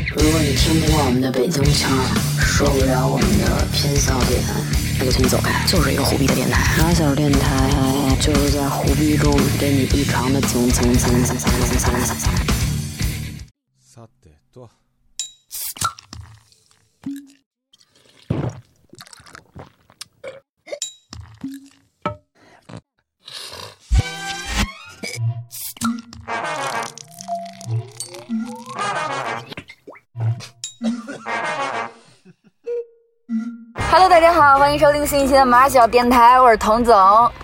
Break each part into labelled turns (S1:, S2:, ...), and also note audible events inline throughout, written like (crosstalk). S1: 听不惯我们的北京腔儿，受不了我们的偏笑点，我就请你走开。就是一个虎逼的电台，马小电台就是在虎逼中给你异常的蹭蹭蹭蹭蹭蹭蹭蹭蹭。
S2: さてと
S3: 哈喽，大家好，欢迎收听新一期的马小电台，我是童总。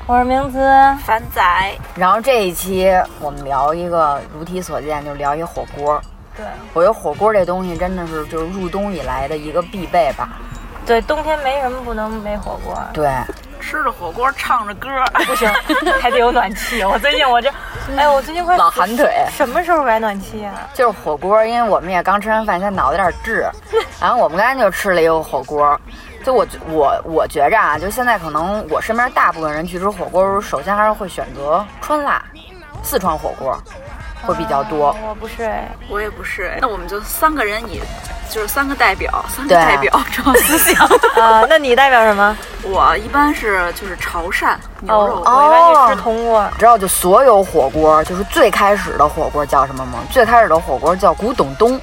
S4: 我是明姿，
S5: 凡仔，
S3: 然后这一期我们聊一个如题所见，就是聊一火锅。
S4: 对
S3: 我觉得火锅这东西真的是就是入冬以来的一个必备吧。
S4: 对，冬天没什么不能没火锅，
S3: 对，
S5: 吃着火锅，唱着歌，
S4: 不行，还得有暖气。我最近我这，哎，我最近快
S3: 老寒腿。
S4: 什么时候改暖气啊？
S3: 就是火锅，因为我们也刚吃完饭，现在脑子有点滞。然后我们刚才就吃了一个火锅，就我我我觉着啊，就现在可能我身边大部分人去吃火锅的时候，首先还是会选择川辣、四川火锅会比较多。
S4: 我不是哎，
S5: 我也不是。那我们就三个人以，就是三个代表，三个
S3: 对啊
S5: 代表这种思想。
S3: (laughs)
S4: 啊，那你代表什么？
S5: 我一般是就是潮汕牛肉
S4: 哦，
S5: 锅，
S4: 我一般去吃铜锅。
S3: 你知道，就所有火锅，就是最开始的火锅叫什么吗？最开始的火锅叫古董东，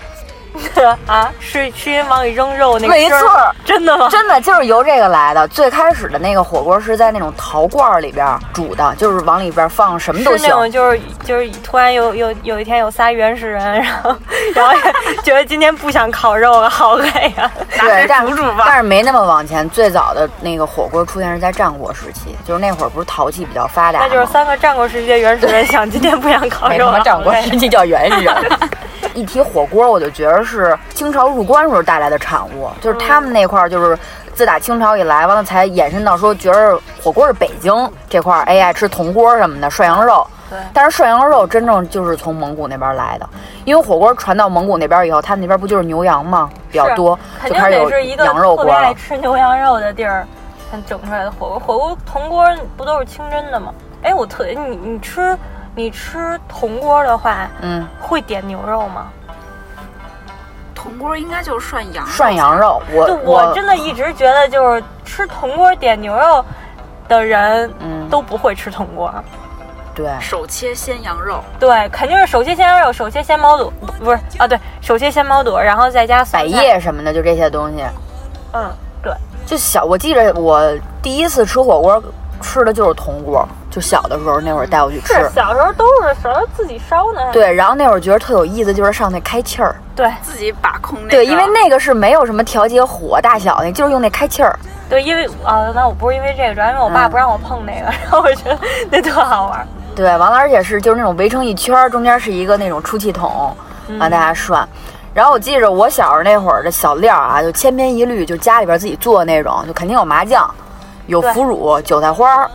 S4: 啊，是是因为往里扔肉那个
S3: 没
S4: 汁儿
S3: 错儿
S4: 真的吗？
S3: 真的就是由这个来的。最开始的那个火锅是在那种陶罐儿里边儿煮的，就是往里边儿放什么都
S4: 是那
S3: 行。
S4: 种就是就是突然有有有一天有仨原始人，然后然后觉得今天不想烤肉了，好累啊呀、
S3: 对，但
S5: 煮煮吧
S3: 但是没那么往前。最早的那个火锅出现是在战国时期，就是那会儿不是陶器比较发达吗，
S4: 那就是三个战国时期的原始人想今天不想烤
S3: 没
S4: 肉
S3: 什
S4: 了，
S3: 么
S4: 好
S3: 哎战国
S4: 累
S3: 时期叫原始人。
S4: (laughs)
S3: 一提火锅，我就觉得是清朝入关时候带来的产物，就是他们那块儿，就是自打清朝以来，完了才衍生到说，觉得火锅是北京这块儿，哎爱吃铜锅什么的，涮羊肉。
S4: 对
S3: 但是涮羊肉真正就是从蒙古那边来的，因为火锅传到蒙古那边以后，他们那边不就是牛羊嘛比较
S4: 是啊
S3: 多，
S4: 肯
S3: 就
S4: 定
S3: 开始
S4: 得
S3: 有
S4: 是一个
S3: 羊肉
S4: 特
S3: 锅
S4: 别
S3: 了
S4: 爱。吃牛羊肉的地儿，它整出来的火锅。火锅铜锅不都是清真的吗？哎，我特你你吃你吃铜锅的话，
S3: 嗯，
S4: 会点牛肉吗？
S5: 铜锅应该就是涮羊肉。
S3: 涮羊肉，我
S4: 就 (laughs) 我真的一直觉得，就是吃铜锅点牛肉的人
S3: 嗯
S4: 都不会吃铜锅。
S3: 对
S5: 手切鲜羊肉，
S4: 对，肯定是手切鲜羊肉，手切鲜毛肚，不不是啊，对手切鲜毛肚，然后再加
S3: 百
S4: 蒜菜。
S3: 叶什么的，就这些东西。
S4: 嗯，对，
S3: 就小，我记着我第一次吃火锅吃的就是铜锅，就小的时候那会儿带我去吃
S4: 是。小时候都是小时候自己烧呢。
S3: 对，然后那会儿觉得特有意思，就是上那开气儿。
S4: 对
S5: 自己把控那个。
S3: 对，因为那个是没有什么调节火大小的，就是用那开气儿。
S4: 对，因为啊，那我不是因为这个，主要因为我爸
S3: 嗯
S4: 不让我碰那个，然后我觉
S3: (laughs)
S4: 得那特好玩儿。
S3: 对，完了，而且是就是那种围成一圈儿，中间是一个那种出气筒，
S5: 嗯
S3: 让大家涮。然后我记着我小时候那会儿的小料啊，就千篇一律，就家里边自己做的那种，就肯定有麻酱，有
S4: 对
S3: 腐乳、韭菜花儿，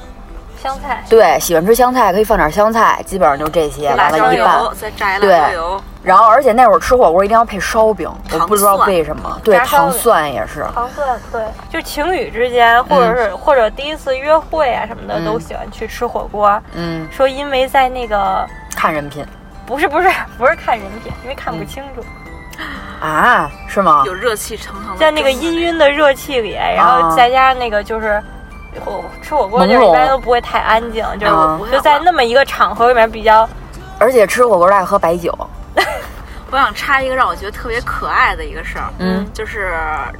S4: 香菜，
S3: 对，喜欢吃香菜可以放点香菜，基本上就这些，
S5: 辣
S3: 完
S5: 椒
S3: 了一拌
S5: 油，。再炸一辣
S3: 对哦
S5: 椒油，
S3: 然后，而且那会儿吃火锅一定要配烧饼，我
S5: 糖
S3: 不知道
S5: 蒜
S3: 为什么，对，
S4: 炸烧
S3: 糖
S4: 饼
S3: 蒜也是。
S4: 糖蒜，对，就情侣之间，或者是、或者第一次约会啊什么的，
S3: 嗯
S4: 都喜欢去吃火锅。
S3: 嗯，
S4: 说因为在那个
S3: 看人品
S4: 不是不是不是看人品，因为
S3: 嗯
S4: 看不清楚，
S3: 啊，是吗
S5: 有？热气腾腾的。
S4: 在那个氤氲的热气里，然后再加上那个就是。火吃火锅
S3: 啊朦
S4: 的人一般
S3: 胧
S4: 都不会太安静，就是
S3: 啊
S4: 我就在那么一个场合里面比较
S3: 而且吃火锅爱喝白酒，
S5: 我想插一个让我觉得特别可爱的一个事儿，
S3: 嗯，
S5: 就是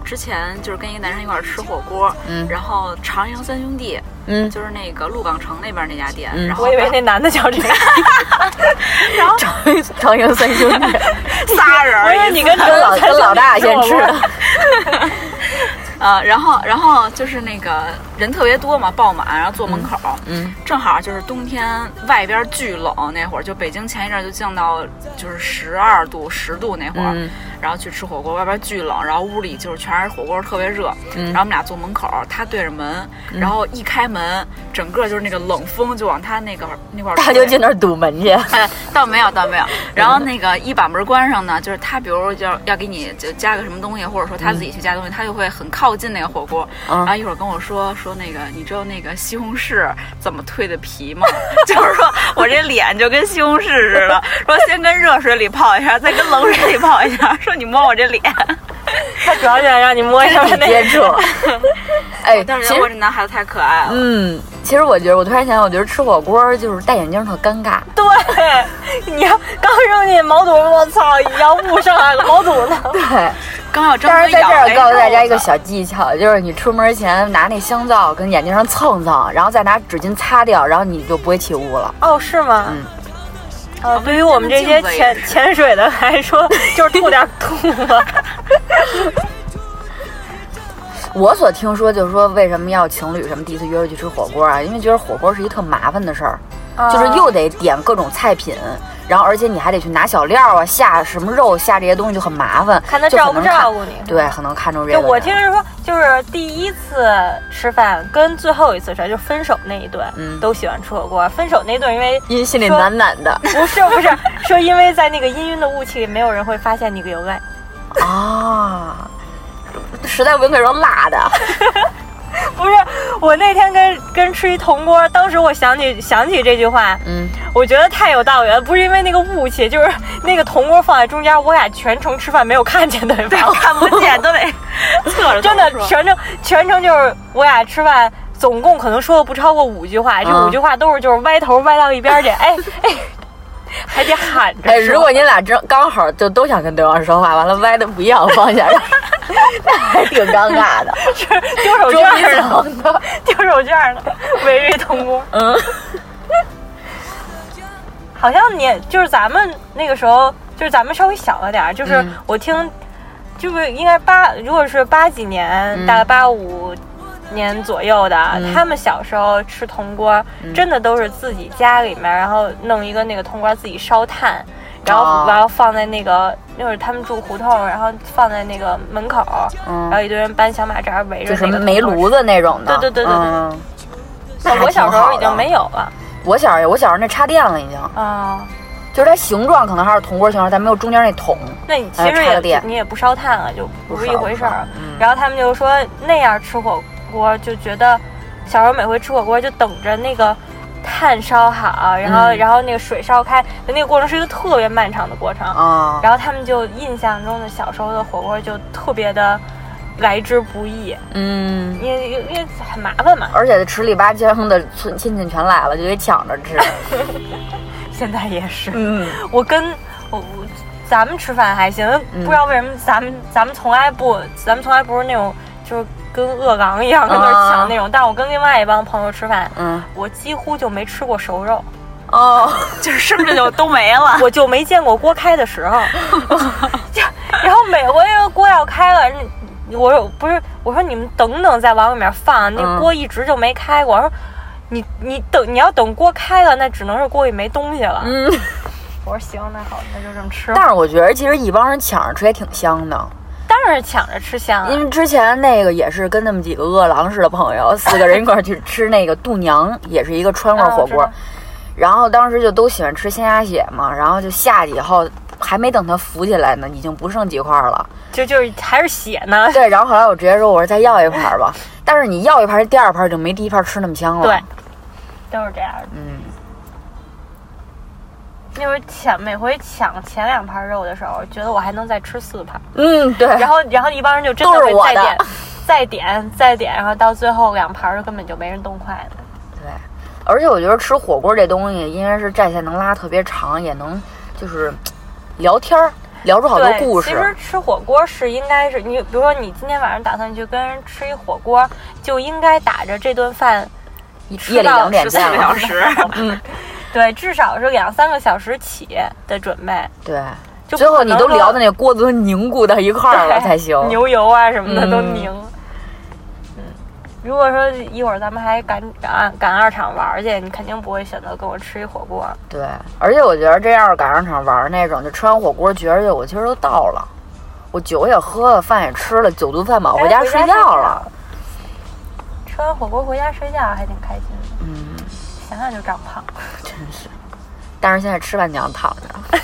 S5: 之前就是跟一个男生一块儿吃火锅，
S3: 嗯
S5: 然后长阳三兄弟，
S3: 嗯，
S5: 就是那个鹿港城那边那家店，
S3: 嗯
S5: 然后
S4: 我以为那男的叫这个，
S5: 啊
S3: 长长营三
S5: (laughs)
S3: 兄弟，
S5: 仨人
S4: 我
S5: 儿
S4: 以为你跟
S3: 跟
S4: (laughs)
S3: 老跟老大先吃， (laughs)
S5: 啊，然后然后就是那个人特别多嘛，爆满，然后坐门口，
S3: 嗯，
S5: 正好就是冬天外边巨冷那会儿，就北京前一阵儿就降到就是十二度、十度那会儿，
S3: 嗯
S5: 然后去吃火锅，外边巨冷，然后屋里就是全是火锅，特别热，
S3: 嗯
S5: 然后我们俩坐门口，他对着门，然后一开门，整个就是那个冷风就往他那个那块儿
S3: 他
S5: 吹，
S3: 嗯就进那儿堵
S5: (laughs)
S3: 门去，
S5: 哎，倒没有，倒没有。然后那个一把门关上呢，就是他，比如要要给你就加个什么东西，或者说他自己去加东西，他就会很靠近那个火锅。
S3: 嗯
S5: 然后一会儿跟我说说那个，你知道那个西红柿怎么蜕的皮吗？ (laughs) 就是说我这脸就跟西红柿似的，说先跟热水里泡一下，再跟冷水里泡一下， (laughs) 说你摸我这脸。
S4: 他主要就想让你摸一
S3: (laughs)
S4: 下那
S3: 接
S5: (laughs)
S3: 触。哎，
S5: 哦但是
S3: 其实
S5: 我这男孩子太可爱了，
S3: 嗯，其实我觉得，我突然想，我觉得吃火锅就是戴眼镜特
S5: (laughs)
S3: 尴尬。
S4: 对，你要刚扔进去毛肚，我操，你要误上来了毛肚呢。
S3: 对，
S5: 刚要张
S3: 但
S5: 嘴
S3: 是在
S5: 咬哎
S3: 这儿
S5: 那
S3: 告诉大家一个
S5: 肉
S3: 小技巧，就是你出门前拿那香皂跟眼镜上蹭蹭，然后再拿纸巾擦掉，然后你就不会起雾了。
S4: 哦，是吗？
S3: 嗯哦
S4: 啊，对于我们这些潜潜水的来说，就是吐点吐沫。
S3: 我所听说就是说，为什么要情侣什么第一次约出去吃火锅啊？因为觉得火锅是一特麻烦的事儿， (laughs) 就是
S4: 哦
S3: 又得点各种菜品，然后而且你还得去拿小料啊、下什么肉、下这些东西就很麻烦，
S4: 看他
S3: 就很
S4: 照不
S3: 能看
S4: 照顾你
S3: 对，很能看出这个
S4: 就
S3: 人。
S4: 我听人说，就是第一次吃饭跟最后一次吃饭，就分手那一顿，
S3: 嗯
S4: 都喜欢吃火锅。分手那一顿，因为
S3: 因心里暖暖 (laughs) 的
S4: 不是不是 (laughs) 说，因为在那个氤氲的雾气里，没有人会发现你有爱。
S3: 啊，实在不用跟你说辣的，
S4: 不是，我那天跟跟吃一铜锅，当时我想起想起这句话，
S3: 嗯，
S4: 我觉得太有道理了。不是因为那个雾气，就是那个铜锅放在中间，我俩全程吃饭没有看见对
S5: 对，我
S4: 方，
S5: 看不见都得侧着头
S4: 真的
S5: 说
S4: (laughs) 全程全程就是我俩吃饭。总共可能说了不超过五句话，这
S3: 嗯
S4: 五句话都是就是歪头歪到一边去，哎哎， (laughs) 还得喊着说。
S3: 哎，如果你俩真刚好就都想跟对方说话，完了歪的不要方向，那 (laughs) 还挺尴尬 (laughs) 的，
S4: 是丢手
S3: 捉
S4: 绢
S3: 迷
S4: 儿呢，
S3: 藏的。
S4: 丢手绢儿呢，围着一铜锅。
S3: 嗯，
S4: 好像你就是咱们那个时候，就是咱们稍微小了点儿，就是
S3: 嗯
S4: 我听，就是应该八，如果是八几年，
S3: 嗯
S4: 大概八五年左右的，他们小时候吃铜锅，真
S3: 嗯
S4: 的都是自己家里面，然后弄一个那个铜锅自己烧炭。然后，
S3: 哦
S4: 然后放在那个，那会儿他们住胡同，然后放在那个门口，
S3: 嗯
S4: 然后一堆人搬小马扎围着
S3: 就
S4: 那
S3: 什
S4: 个
S3: 么
S4: 铜
S3: 煤
S4: 锅
S3: 炉子那种的。
S4: 对对对对对
S3: 嗯
S4: 吃。
S3: (laughs)
S4: 我小时候已经没有了
S3: 我小时候，我小时候那插电了已经，哦
S4: 啊、
S3: 就是它形状可能还是铜锅形状，但没有中间那桶。
S4: 那你其
S3: 呃
S4: 实
S3: 插
S4: 也
S3: 个电
S4: 你也不烧炭了，就不是一回事儿了
S3: 不烧不烧嗯。
S4: 然后他们就说那样吃火锅就觉得，小时候每回吃火锅就等着那个炭烧好，然后、
S3: 嗯
S4: 然后那个水烧开，那个过程是一个特别漫长的过程。
S3: 啊、
S4: 然后他们就印象中的小时候的火锅就特别的来之不易，
S3: 嗯，
S4: 因为因为很麻烦嘛。
S3: 而且十里八乡的村亲戚全来了，就得抢着
S4: (laughs)
S3: 吃。
S4: 现在也是，
S3: 嗯，
S4: 我跟我我咱们吃饭还行，
S3: 嗯
S4: 不知道为什么咱们咱们从来不，咱们从来不是那种就是跟饿狼一样跟那
S3: 啊
S4: 儿抢那种。但我跟另外一帮朋友吃饭，
S3: 嗯，
S4: 我几乎就没吃过熟
S3: (laughs)
S4: 肉，
S3: 哦，
S5: 就是是不是就都没了？
S4: 我就没见过锅开的时候。 (laughs) 就然后每回锅要开了，你我说不是，我说你们等等再往里面放，那
S3: 嗯
S4: 锅一直就没开过。我说你你等你要等锅开了，那只能是锅里没东西了。
S3: 嗯。
S4: 我说行，那好，那就这么吃吧。
S3: 但是我觉得其实一帮人抢着吃也挺香的，
S4: 当然是抢着吃香啊了
S3: 因。为之前那个也是跟那么几个饿狼似的朋友，四个人一块儿去吃那个度娘，也是一个川味儿火锅。
S4: 啊我知道
S3: 然后当时就都喜欢吃鲜鸭血嘛，然后就下去以后，还没等它浮起来呢，已经不剩几块儿了。
S4: 就就是还是血呢。
S3: 对，然后后来我直接说，我说再要一盘儿吧。但是你要一盘儿，第二盘儿就没第一盘儿吃那么香了。
S4: 对，都是这样的。
S3: 嗯，
S4: 那会儿抢每回抢前两盘肉的时候，觉得我还能再吃四
S3: (laughs)
S4: 盘，
S3: 嗯，对，
S4: 然后然后一帮人就真的
S3: 都是
S4: 会
S3: 我
S4: 再
S3: 的
S4: 点、再点、再点，然后到最后两盘儿根本就没人动筷子。
S3: 对，而且我觉得吃火锅这东西，因为是战线能拉特别长，也能就是聊天儿，聊出好多
S4: 对，
S3: 故
S4: 其实
S3: 事。
S4: 吃火锅是应该是你，比如说你今天晚上打算去跟人吃一火锅，就应该打着这顿饭
S3: 夜里两点
S5: 十四个
S3: 再
S5: 小时，
S4: 对，至少是两三个小时起的准备。
S3: 对，
S4: 就
S3: 最
S4: 不
S3: 后
S4: 可
S3: 你
S4: 能
S3: 都
S4: 说
S3: 聊的那锅子都凝固到一块儿了
S4: 对
S3: 才行。
S4: (laughs) 牛油啊什么的都
S3: 嗯
S4: 凝。嗯，如果说一会儿咱们还赶啊赶赶二场玩儿去，你肯定不会选择跟我吃一火锅。
S3: 对，而且我觉得这要是赶上场玩儿那种，就吃完火锅觉着我今儿都到了，我酒也喝了，饭也吃了，九顿饭饱，回
S4: 哎
S3: 家
S4: 回
S3: 睡
S4: 家
S3: 觉
S4: 睡
S3: 了。
S4: 吃完火锅回家睡觉还挺开心的，
S3: 嗯，
S4: 想想就长胖。
S3: 真是。但是现在吃饭就想躺着。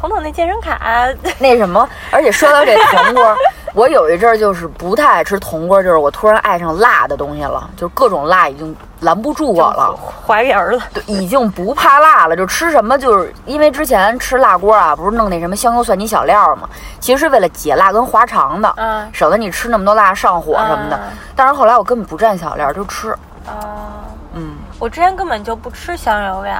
S4: 彤彤那健身卡， (laughs)
S3: 那什么，而且说到这铜锅， (laughs) 我有一阵儿就是不太爱吃铜锅，就是我突然爱上辣的东西了，就是各种辣已经拦不住我了。
S4: 怀给儿子，
S3: 对，已经不怕辣了，就吃什么就是因为之前吃辣锅啊，不是弄那什么香油蒜泥小料嘛，其实是为了解辣跟滑肠的，
S4: 嗯
S3: 省得你吃那么多辣上火什么的。
S4: 嗯
S3: 但是后来我根本不蘸小料就吃，
S4: 啊，
S3: 嗯，
S4: 我之前根本就不吃香油料，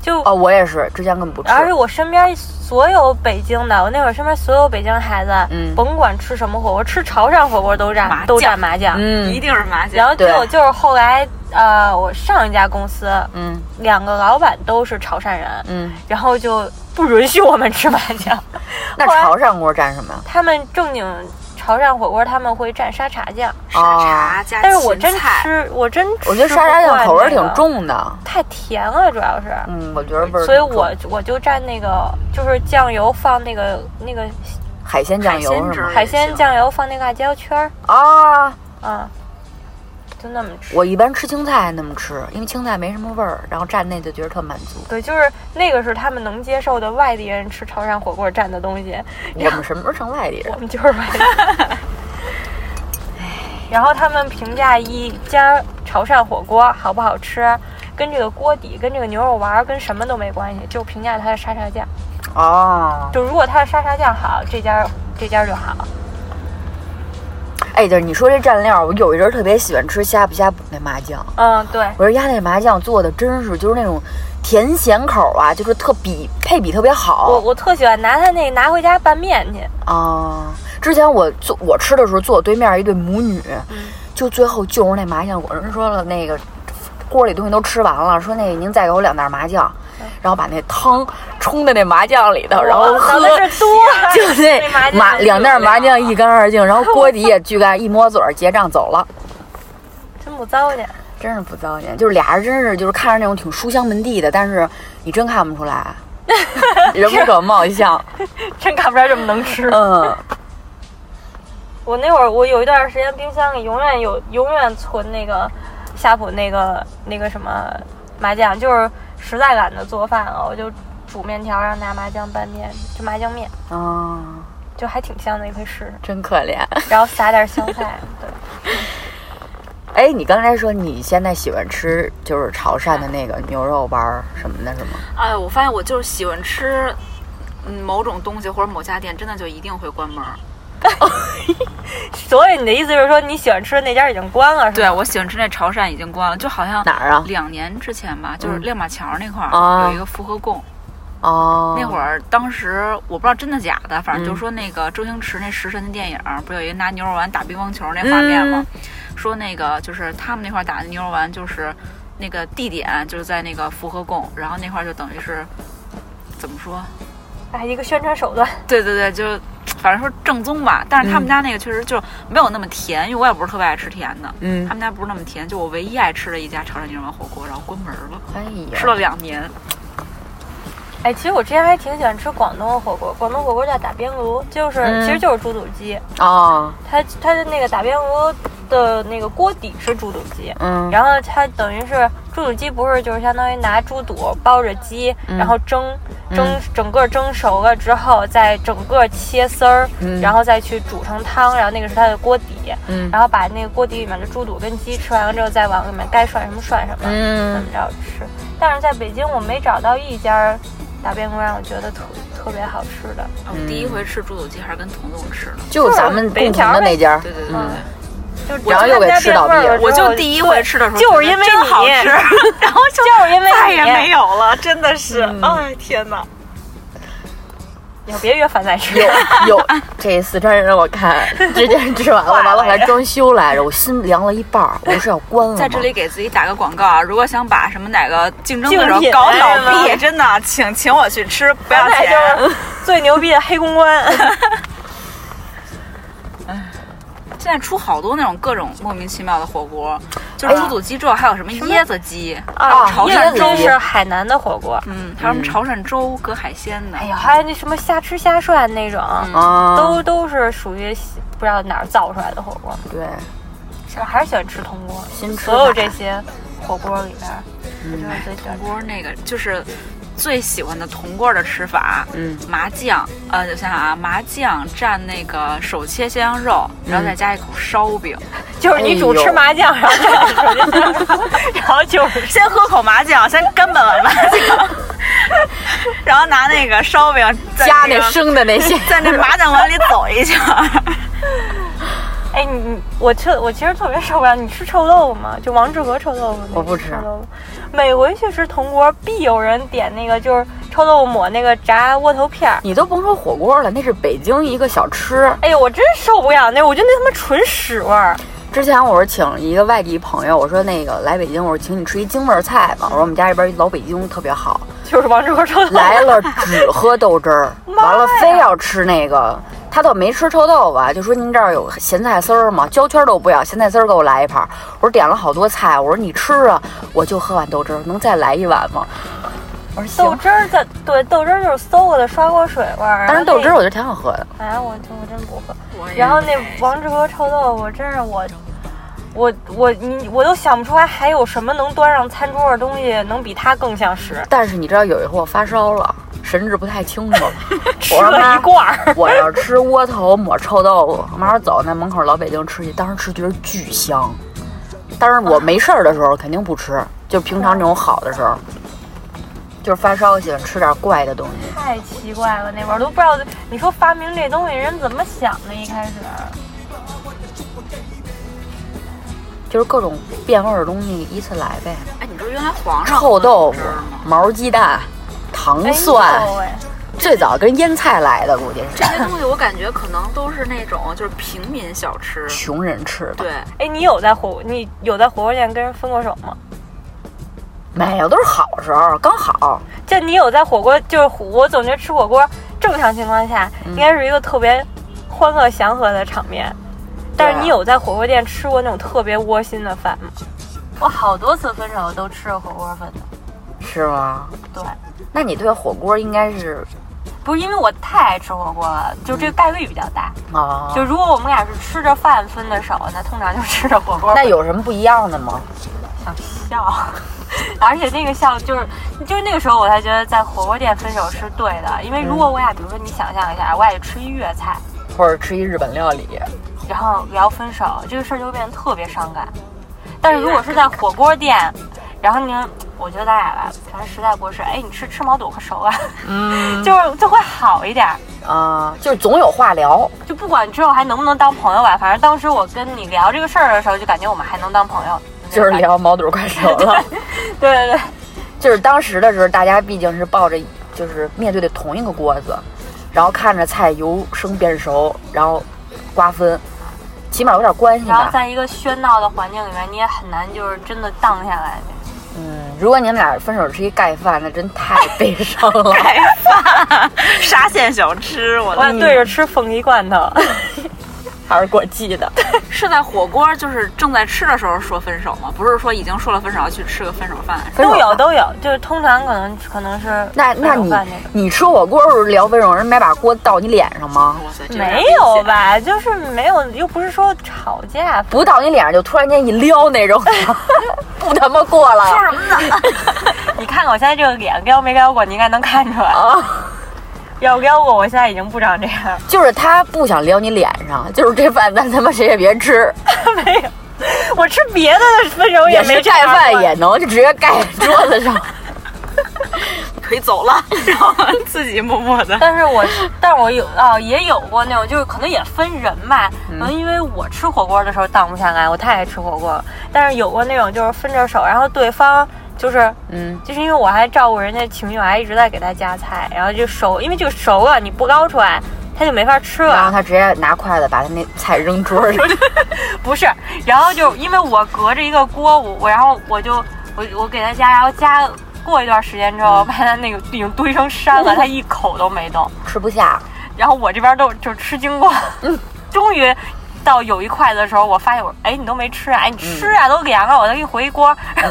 S4: 就
S3: 哦，我也是之前根本不吃，
S4: 而且我身边所有北京的，我那会儿身边所有北京的孩子，
S3: 嗯
S4: 甭管吃什么火锅，吃潮汕火锅都
S5: 麻
S4: 蘸都蘸
S5: 酱
S4: 麻酱。
S5: 一
S3: 嗯
S5: 定是麻
S4: 然
S5: 酱。
S4: 后结果
S3: 对
S4: 就是后来，呃，我上一家公司
S3: 嗯
S4: 两个老板都是潮汕人，
S3: 嗯，
S4: 然后就不允许我们吃麻酱。 (laughs)
S3: 那
S4: 后来
S3: 潮汕锅蘸什么呀？
S4: 他们正经潮汕火锅他们会蘸沙茶酱，
S5: 沙茶加
S4: 但是我真
S5: 芹菜，
S4: 吃，我真吃
S3: 啊我觉得沙茶酱口味
S4: 不惯那
S3: 儿挺
S4: 个，
S3: 重的，
S4: 太甜了，主要是。
S3: 嗯，我觉得味儿挺重。
S4: 所以我我就蘸那个，就是酱油放那个那个
S3: 海鲜酱油
S5: 海鲜
S3: 是
S5: 汁
S3: 吗
S5: 儿？
S4: 海鲜酱油放那个辣椒圈儿
S3: 啊，
S4: 啊，就那么吃。
S3: 我一般吃青菜那么吃，因为青菜没什么味儿，然后蘸那就觉得特满足。
S4: 对，就是那个是他们能接受的外地人吃潮汕火锅蘸的东西，
S3: 我们什么时候成外地人
S4: 我？们就是外地人。然后他们评价一家潮汕火锅好不好吃，跟这个锅底、跟这个牛肉丸儿、跟什么都没关系，就评价它的沙茶酱。
S3: 哦，
S4: 就如果它的沙茶酱好，这家这家就好。
S3: 哎，就是你说这蘸料，我有一阵儿特别喜欢吃呷哺呷哺那麻酱，
S4: 嗯，对，
S3: 我说呀，那麻酱做的真是就是那种甜咸口啊，就是特比配比特别
S4: 我
S3: 好
S4: 我特喜欢拿它那拿回家拌面去。
S3: 啊。之前我坐我吃的时候，坐我对面一对母女，
S4: 嗯
S3: 就最后就是那麻酱，我人说了那个锅里东西都吃完了，说那您再给我两袋麻酱。然后把那汤冲在那麻酱里头，然后
S4: 嗯哇
S3: 喝，
S4: 脑，袋是多 (laughs)
S3: 就那
S4: 哦那麻酱
S3: 麻
S4: 能
S3: 两袋
S4: 热量
S3: 麻酱一干二净，然后
S4: (laughs)
S3: 锅底也巨干，一抹嘴儿结账走了。
S4: 真不糟践。
S3: 真是不糟践，就是俩人真是就是看着那种挺书香门第的，但是你真看不
S5: (laughs)
S3: 出来，啊人不可貌相。
S4: 真看不出来这么能吃。
S3: 嗯，
S5: 啊
S4: 我那会儿，我有一段时间冰箱里永远有，永远存那个呷哺那个那个什么麻酱，就是实在懒得做饭啊了，我就煮面条，然后拿麻酱拌面，就麻酱面，
S3: 啊，
S4: 就还挺香的，你可以试试。
S3: 真可怜。
S4: 然后撒点香菜，对，
S3: 哎，你刚才说你现在喜欢吃就是潮汕的那个牛肉丸儿什么的，是吗？
S5: 哎，我发现我就是喜欢吃。嗯，某种东西或者某家店真的就一定会关门儿。
S4: 所以你的意思就是说你喜欢吃的那家已经关了，是吧？
S5: 对，我喜欢吃那潮汕已经关了，就好像
S3: 哪儿啊？
S5: 两年之前吧，就是
S3: 嗯
S5: 亮马桥那块
S3: 啊
S5: 儿有一个复合贡，
S3: 哦，
S5: 那会儿当时我不知道真的假的，反正就
S3: 嗯
S5: 说那个周星驰那《食神》的电影儿，不有一个拿牛肉丸打乒乓球那
S3: 嗯
S5: 画面吗？说那个就是他们那块儿打的牛肉丸，就是那个地点就是在那个福和贡，然后那块儿就等于是怎么说？
S4: 啊，一个宣传手段。
S5: 对对对，就反正说正宗吧。但是他们
S3: 嗯
S5: 家那个确实就没有那么甜，因为我也不是特别爱吃甜的。
S3: 嗯
S5: 他，们家不是那么甜，就我唯一爱吃的一家潮汕牛肉丸火锅，然后关门了，
S3: 哎
S5: 吃
S3: 呀，
S5: 了两年。
S4: 哎，其实我之前还挺喜欢吃广东的火锅，广东火锅叫打边炉，就是、
S3: 嗯
S4: 其实就是猪肚鸡，
S3: 哦，
S4: 它它的那个打边炉的那个锅底是猪肚鸡，
S3: 嗯，
S4: 然后它等于是猪肚鸡，不是就是相当于拿猪肚包着鸡，
S3: 嗯
S4: 然后蒸
S3: 嗯
S4: 蒸整个蒸熟了之后，再整个切丝儿，
S3: 嗯
S4: 然后再去煮成汤，然后那个是它的锅底，
S3: 嗯
S4: 然后把那个锅底里面的猪肚跟鸡吃完了之后，再往里面该涮什么涮什么，怎
S3: 嗯
S4: 么，着吃。但是在北京我没找到一家打边炉让我觉得特特别好吃的，
S5: 我哦第一回吃猪肚鸡还是跟彤彤吃的。
S3: 就咱们共同的那家儿
S5: 对对对对
S3: 嗯
S5: 对。
S4: 就
S3: 然后又给吃倒闭了
S5: 我就第一回吃的时候，
S4: 就是因为
S5: 真
S4: 你
S5: 好吃， (laughs) 然后就
S4: 就是因为
S5: 再
S4: 你
S5: 也没有
S4: (laughs)
S5: 了，真的是，
S3: 嗯
S5: 哎天哪！
S4: 你要别约饭再吃。
S3: 有有，这四川人我看之前
S5: (laughs)
S3: 吃完了，完了还装修来着，我心凉了一半儿，我说是要关了吗。
S5: 在这里给自己打个广告啊，如果想把什么哪个竞争对
S4: 竞
S5: 手
S4: 品
S5: 搞倒
S4: 哎
S5: 闭，
S4: 呀哎
S5: 真的，请请我去吃，不要
S4: 那
S5: 钱。
S3: (laughs) 啊
S4: 就是最牛逼的黑公关。
S5: 现在出好多那种各种莫名其妙的火锅，就
S3: 哎
S5: 是猪肚鸡之后还有什么椰子鸡，
S4: 啊，
S5: 潮
S4: 椰
S5: 汕
S4: 子
S5: 粥
S4: 真，是海南的火锅。
S5: 嗯，还有什么潮汕粥搁海鲜的
S4: 哎，呀，还有那什么虾吃虾涮那种，
S3: 啊，
S4: 都都是属于不知道哪儿造出来的火锅。
S3: 对，
S4: 我还是喜欢吃铜锅，
S3: 嗯新吃法嗯
S4: 所有这些火锅里边，我就是最喜欢
S5: 火锅那个就是最喜欢的铜锅的吃法，
S3: 嗯，
S5: 麻酱，呃，我想想啊，麻酱蘸那个手切鲜羊肉，
S4: 嗯
S5: 然后再加一口烧饼，
S4: 就是
S3: 哎
S4: 女主吃麻酱，然后再吃手机
S3: (laughs)
S4: 然后 (laughs) 就是
S5: 先喝口麻酱，先干拌碗麻
S4: (laughs)
S5: 酱，然后拿那个烧饼在
S3: 加
S5: 那
S3: 那
S5: 个
S3: 生的那
S4: (laughs)
S3: 些，
S5: 在那麻酱碗里走一圈儿。
S4: 哎，你你我吃我其实特别受不了。你吃臭豆腐吗？就王致和臭豆腐那个。
S3: 我不吃
S4: 臭豆腐。每回去吃铜锅，必有人点那个就是臭豆腐抹那个炸窝头片儿。
S3: 你都甭说火锅了，那是北京一个小吃。
S4: 哎呦，我真受不了那，我觉得那他妈纯屎味儿。
S3: 之前我是请一个外地朋友，我说那个来北京，我说请你吃一京味儿菜吧。我说我们家这边老北京特别好，
S4: 就是王致和臭豆腐。
S3: 来了只喝豆
S4: (laughs)
S3: 汁儿，完了非要吃那个。他倒没吃臭豆腐啊，就说您这儿有咸菜丝儿吗？焦圈都不要，咸菜丝儿给我来一盘儿。我说点了好多菜，我说你吃啊，我就喝碗豆汁儿，能再来一碗吗？我说
S4: 豆
S3: 行，
S4: 汁儿在对豆汁儿就是馊了的刷锅水味儿。
S3: 但是豆汁儿
S4: 儿
S3: 我觉得挺好喝的。
S4: 啊，我就我真不会。 (laughs) 然后那王致和臭豆腐，真是我，我我你我都想不出来还有什么能端上餐桌的东西能比它更像屎。
S3: 但是你知道有一回我发烧了，神志不太清
S4: (laughs)
S3: 楚了，
S4: 吃
S3: 我说
S4: 了
S3: 妈
S4: 一罐儿，
S3: 我要吃窝头抹臭豆腐，我妈说走，那门口老北京吃去。当时吃觉得巨香，但是我没事儿的时候肯定不吃，就平常这种好的时候，就是发烧喜欢吃点怪的东西。
S4: 太奇怪了，那味儿都不知道。你说发明这东西人怎么想的？一开始，
S3: 就是各种变味儿的东西一次来呗，
S5: 哎，你知道原来皇上
S3: 臭豆腐
S5: 是吗、
S3: 毛鸡蛋、糖
S4: 哎
S3: 蒜，
S4: 呦喂，
S3: 最早跟腌菜来的，估计是。
S5: 这些东西，我感觉可能都是那种就是平民小吃
S3: (laughs) 穷人吃的，
S5: 对，
S4: 哎，你有在火你有在火锅店跟人分过手吗？
S3: 没有都是好时候，刚好。
S4: 这你有在火锅就是火我总觉得吃火锅，正常情况下应该是一个特别欢乐祥和的场面。但是你有在火锅店吃过那种特别窝心的饭吗？我好多次分手都吃了火锅分的，
S3: 是吗？
S4: 对，
S3: 那你对火锅应该是
S4: 不是因为我太爱吃火锅了，就这个概率比较大。
S3: 啊，
S4: 就如果我们俩是吃着饭分的手，那通常就吃着火锅。
S3: 那有什么不一样的吗？
S4: 想笑， (laughs) 而且那个笑就是，就是那个时候我才觉得在火锅店分手是对的，因为如果我俩，比如说你想象一下，我俩吃一粤菜，
S3: 或者吃一日本料理，
S4: 然后聊分手，这个事儿就会变得特别伤感。但是如果是在火锅店，然后你们，我觉得咱俩吧，可能实在不是，哎，你吃吃毛肚可熟啊，嗯， (laughs) 就是就会好一点儿。
S3: 啊、就是总有话聊。
S4: 就不管之后还能不能当朋友吧，反正当时我跟你聊这个事儿的时候，就感觉我们还能当朋友，
S3: 就是聊毛肚快熟了，
S4: 对对对，
S3: (laughs) 就是当时的时候，大家毕竟是抱着就是面对的同一个锅子，然后看着菜由生变熟，然后瓜分，起码有点关系
S4: 然后
S3: 吧。
S4: 在一个喧闹的环境里面，你也很难就是真的荡下来那种。
S3: 嗯，如果你们俩分手是一盖饭，那真太悲伤了。
S5: 盖饭、沙县小吃，我
S4: 我
S3: 哦
S5: 的
S3: 嗯
S4: 俩对着吃凤梨罐头，
S3: 还是过季的，
S5: 是在火锅就是正在吃的时候说分手吗？不是说已经说了分手要去吃个分手饭？
S3: 分
S4: (laughs)
S3: 手
S4: 都有
S3: 饭
S4: 都有，就是通常可能可能是
S3: 那那
S4: 分手
S3: 你
S4: 饭那
S3: 你吃火锅时候聊分手，人没把锅倒你脸上吗？
S5: 哇塞，
S4: 个
S5: 这点
S4: 没
S5: 危
S4: 有
S5: 险？
S4: 吧？就是没有，又不是说吵架，
S3: 不到你脸上就突然间一撩
S4: (laughs)
S3: 那种，不他妈过了。
S5: 说什么呢？
S4: 你看看我现在这个脸撩没撩过，你应该能看出来。
S3: 啊，
S4: 要撩过，我现在已经不长这样。
S3: 就是他不想撩你脸上，就是这饭咱他妈谁也别吃，
S4: 我吃别的的分手也没
S3: 是
S4: 这
S3: 盖
S4: 样过
S3: 饭也能，就直接盖桌
S4: (laughs)
S3: 子上。
S5: 可以走了，然
S3: (laughs)
S5: 后自己默默的。
S4: (laughs) 但是我，但是我有啊、也有过那种，就是可能也分人吧。
S3: 嗯
S4: 可能因为我吃火锅的时候荡不下来，我太爱吃火锅了。但是有过那种，就是分着手，然后对方就是，
S3: 嗯，
S4: 就是因为我还照顾人家情绪，我还一直在给他夹菜，然后就熟，因为就熟了，你不捞出来，他就没法吃
S3: 然后
S4: 了。
S3: 他直接拿筷子把他那菜扔桌上，
S4: (laughs) 不是，然后就因为我隔着一个锅，我我然后我就我我给他夹，然后夹过一段时间之
S3: 嗯
S4: 后，发现他那个已经堆成山
S3: (laughs)
S4: 了，他一口都没动。
S3: 吃不下。
S4: 然后我这边都就是吃惊过，
S3: 嗯
S4: (laughs) 终于到有一筷子的时候，我发现我哎你都没吃啊，哎你吃
S3: 嗯
S4: 啊、都凉了，我再给你回一锅。 (laughs)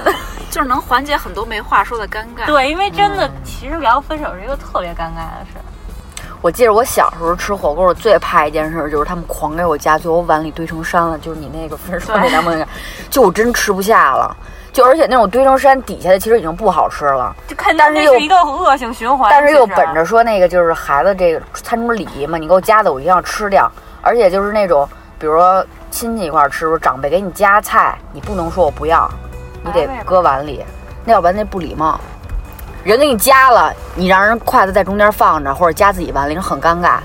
S5: 就是能缓解很多没话说的尴尬。
S3: 嗯
S4: 对，因为真的，其实聊分手是一个特别尴尬的事。
S3: 我记得我小时候吃火锅，我最怕一件事就是他们狂给我加，最后碗里堆成山了。就是你那个分说那南门，就我真吃不下了。就而且那种堆成山底下的其实已经不好吃了，
S4: 就看
S3: 但是
S4: 这
S3: 又
S4: 是一个恶性循环。
S3: 但是又
S4: 其实
S3: 本着说那个就是孩子这个餐桌礼仪嘛，你给我夹的我一定要吃掉，而且就是那种比如说亲戚一块儿吃，长辈给你夹菜，你不能说我不要，你得搁碗里，那要不然那不礼貌。人给你夹了，你让人筷子在中间放着，或者夹自己碗里，人很尴尬。
S4: 啊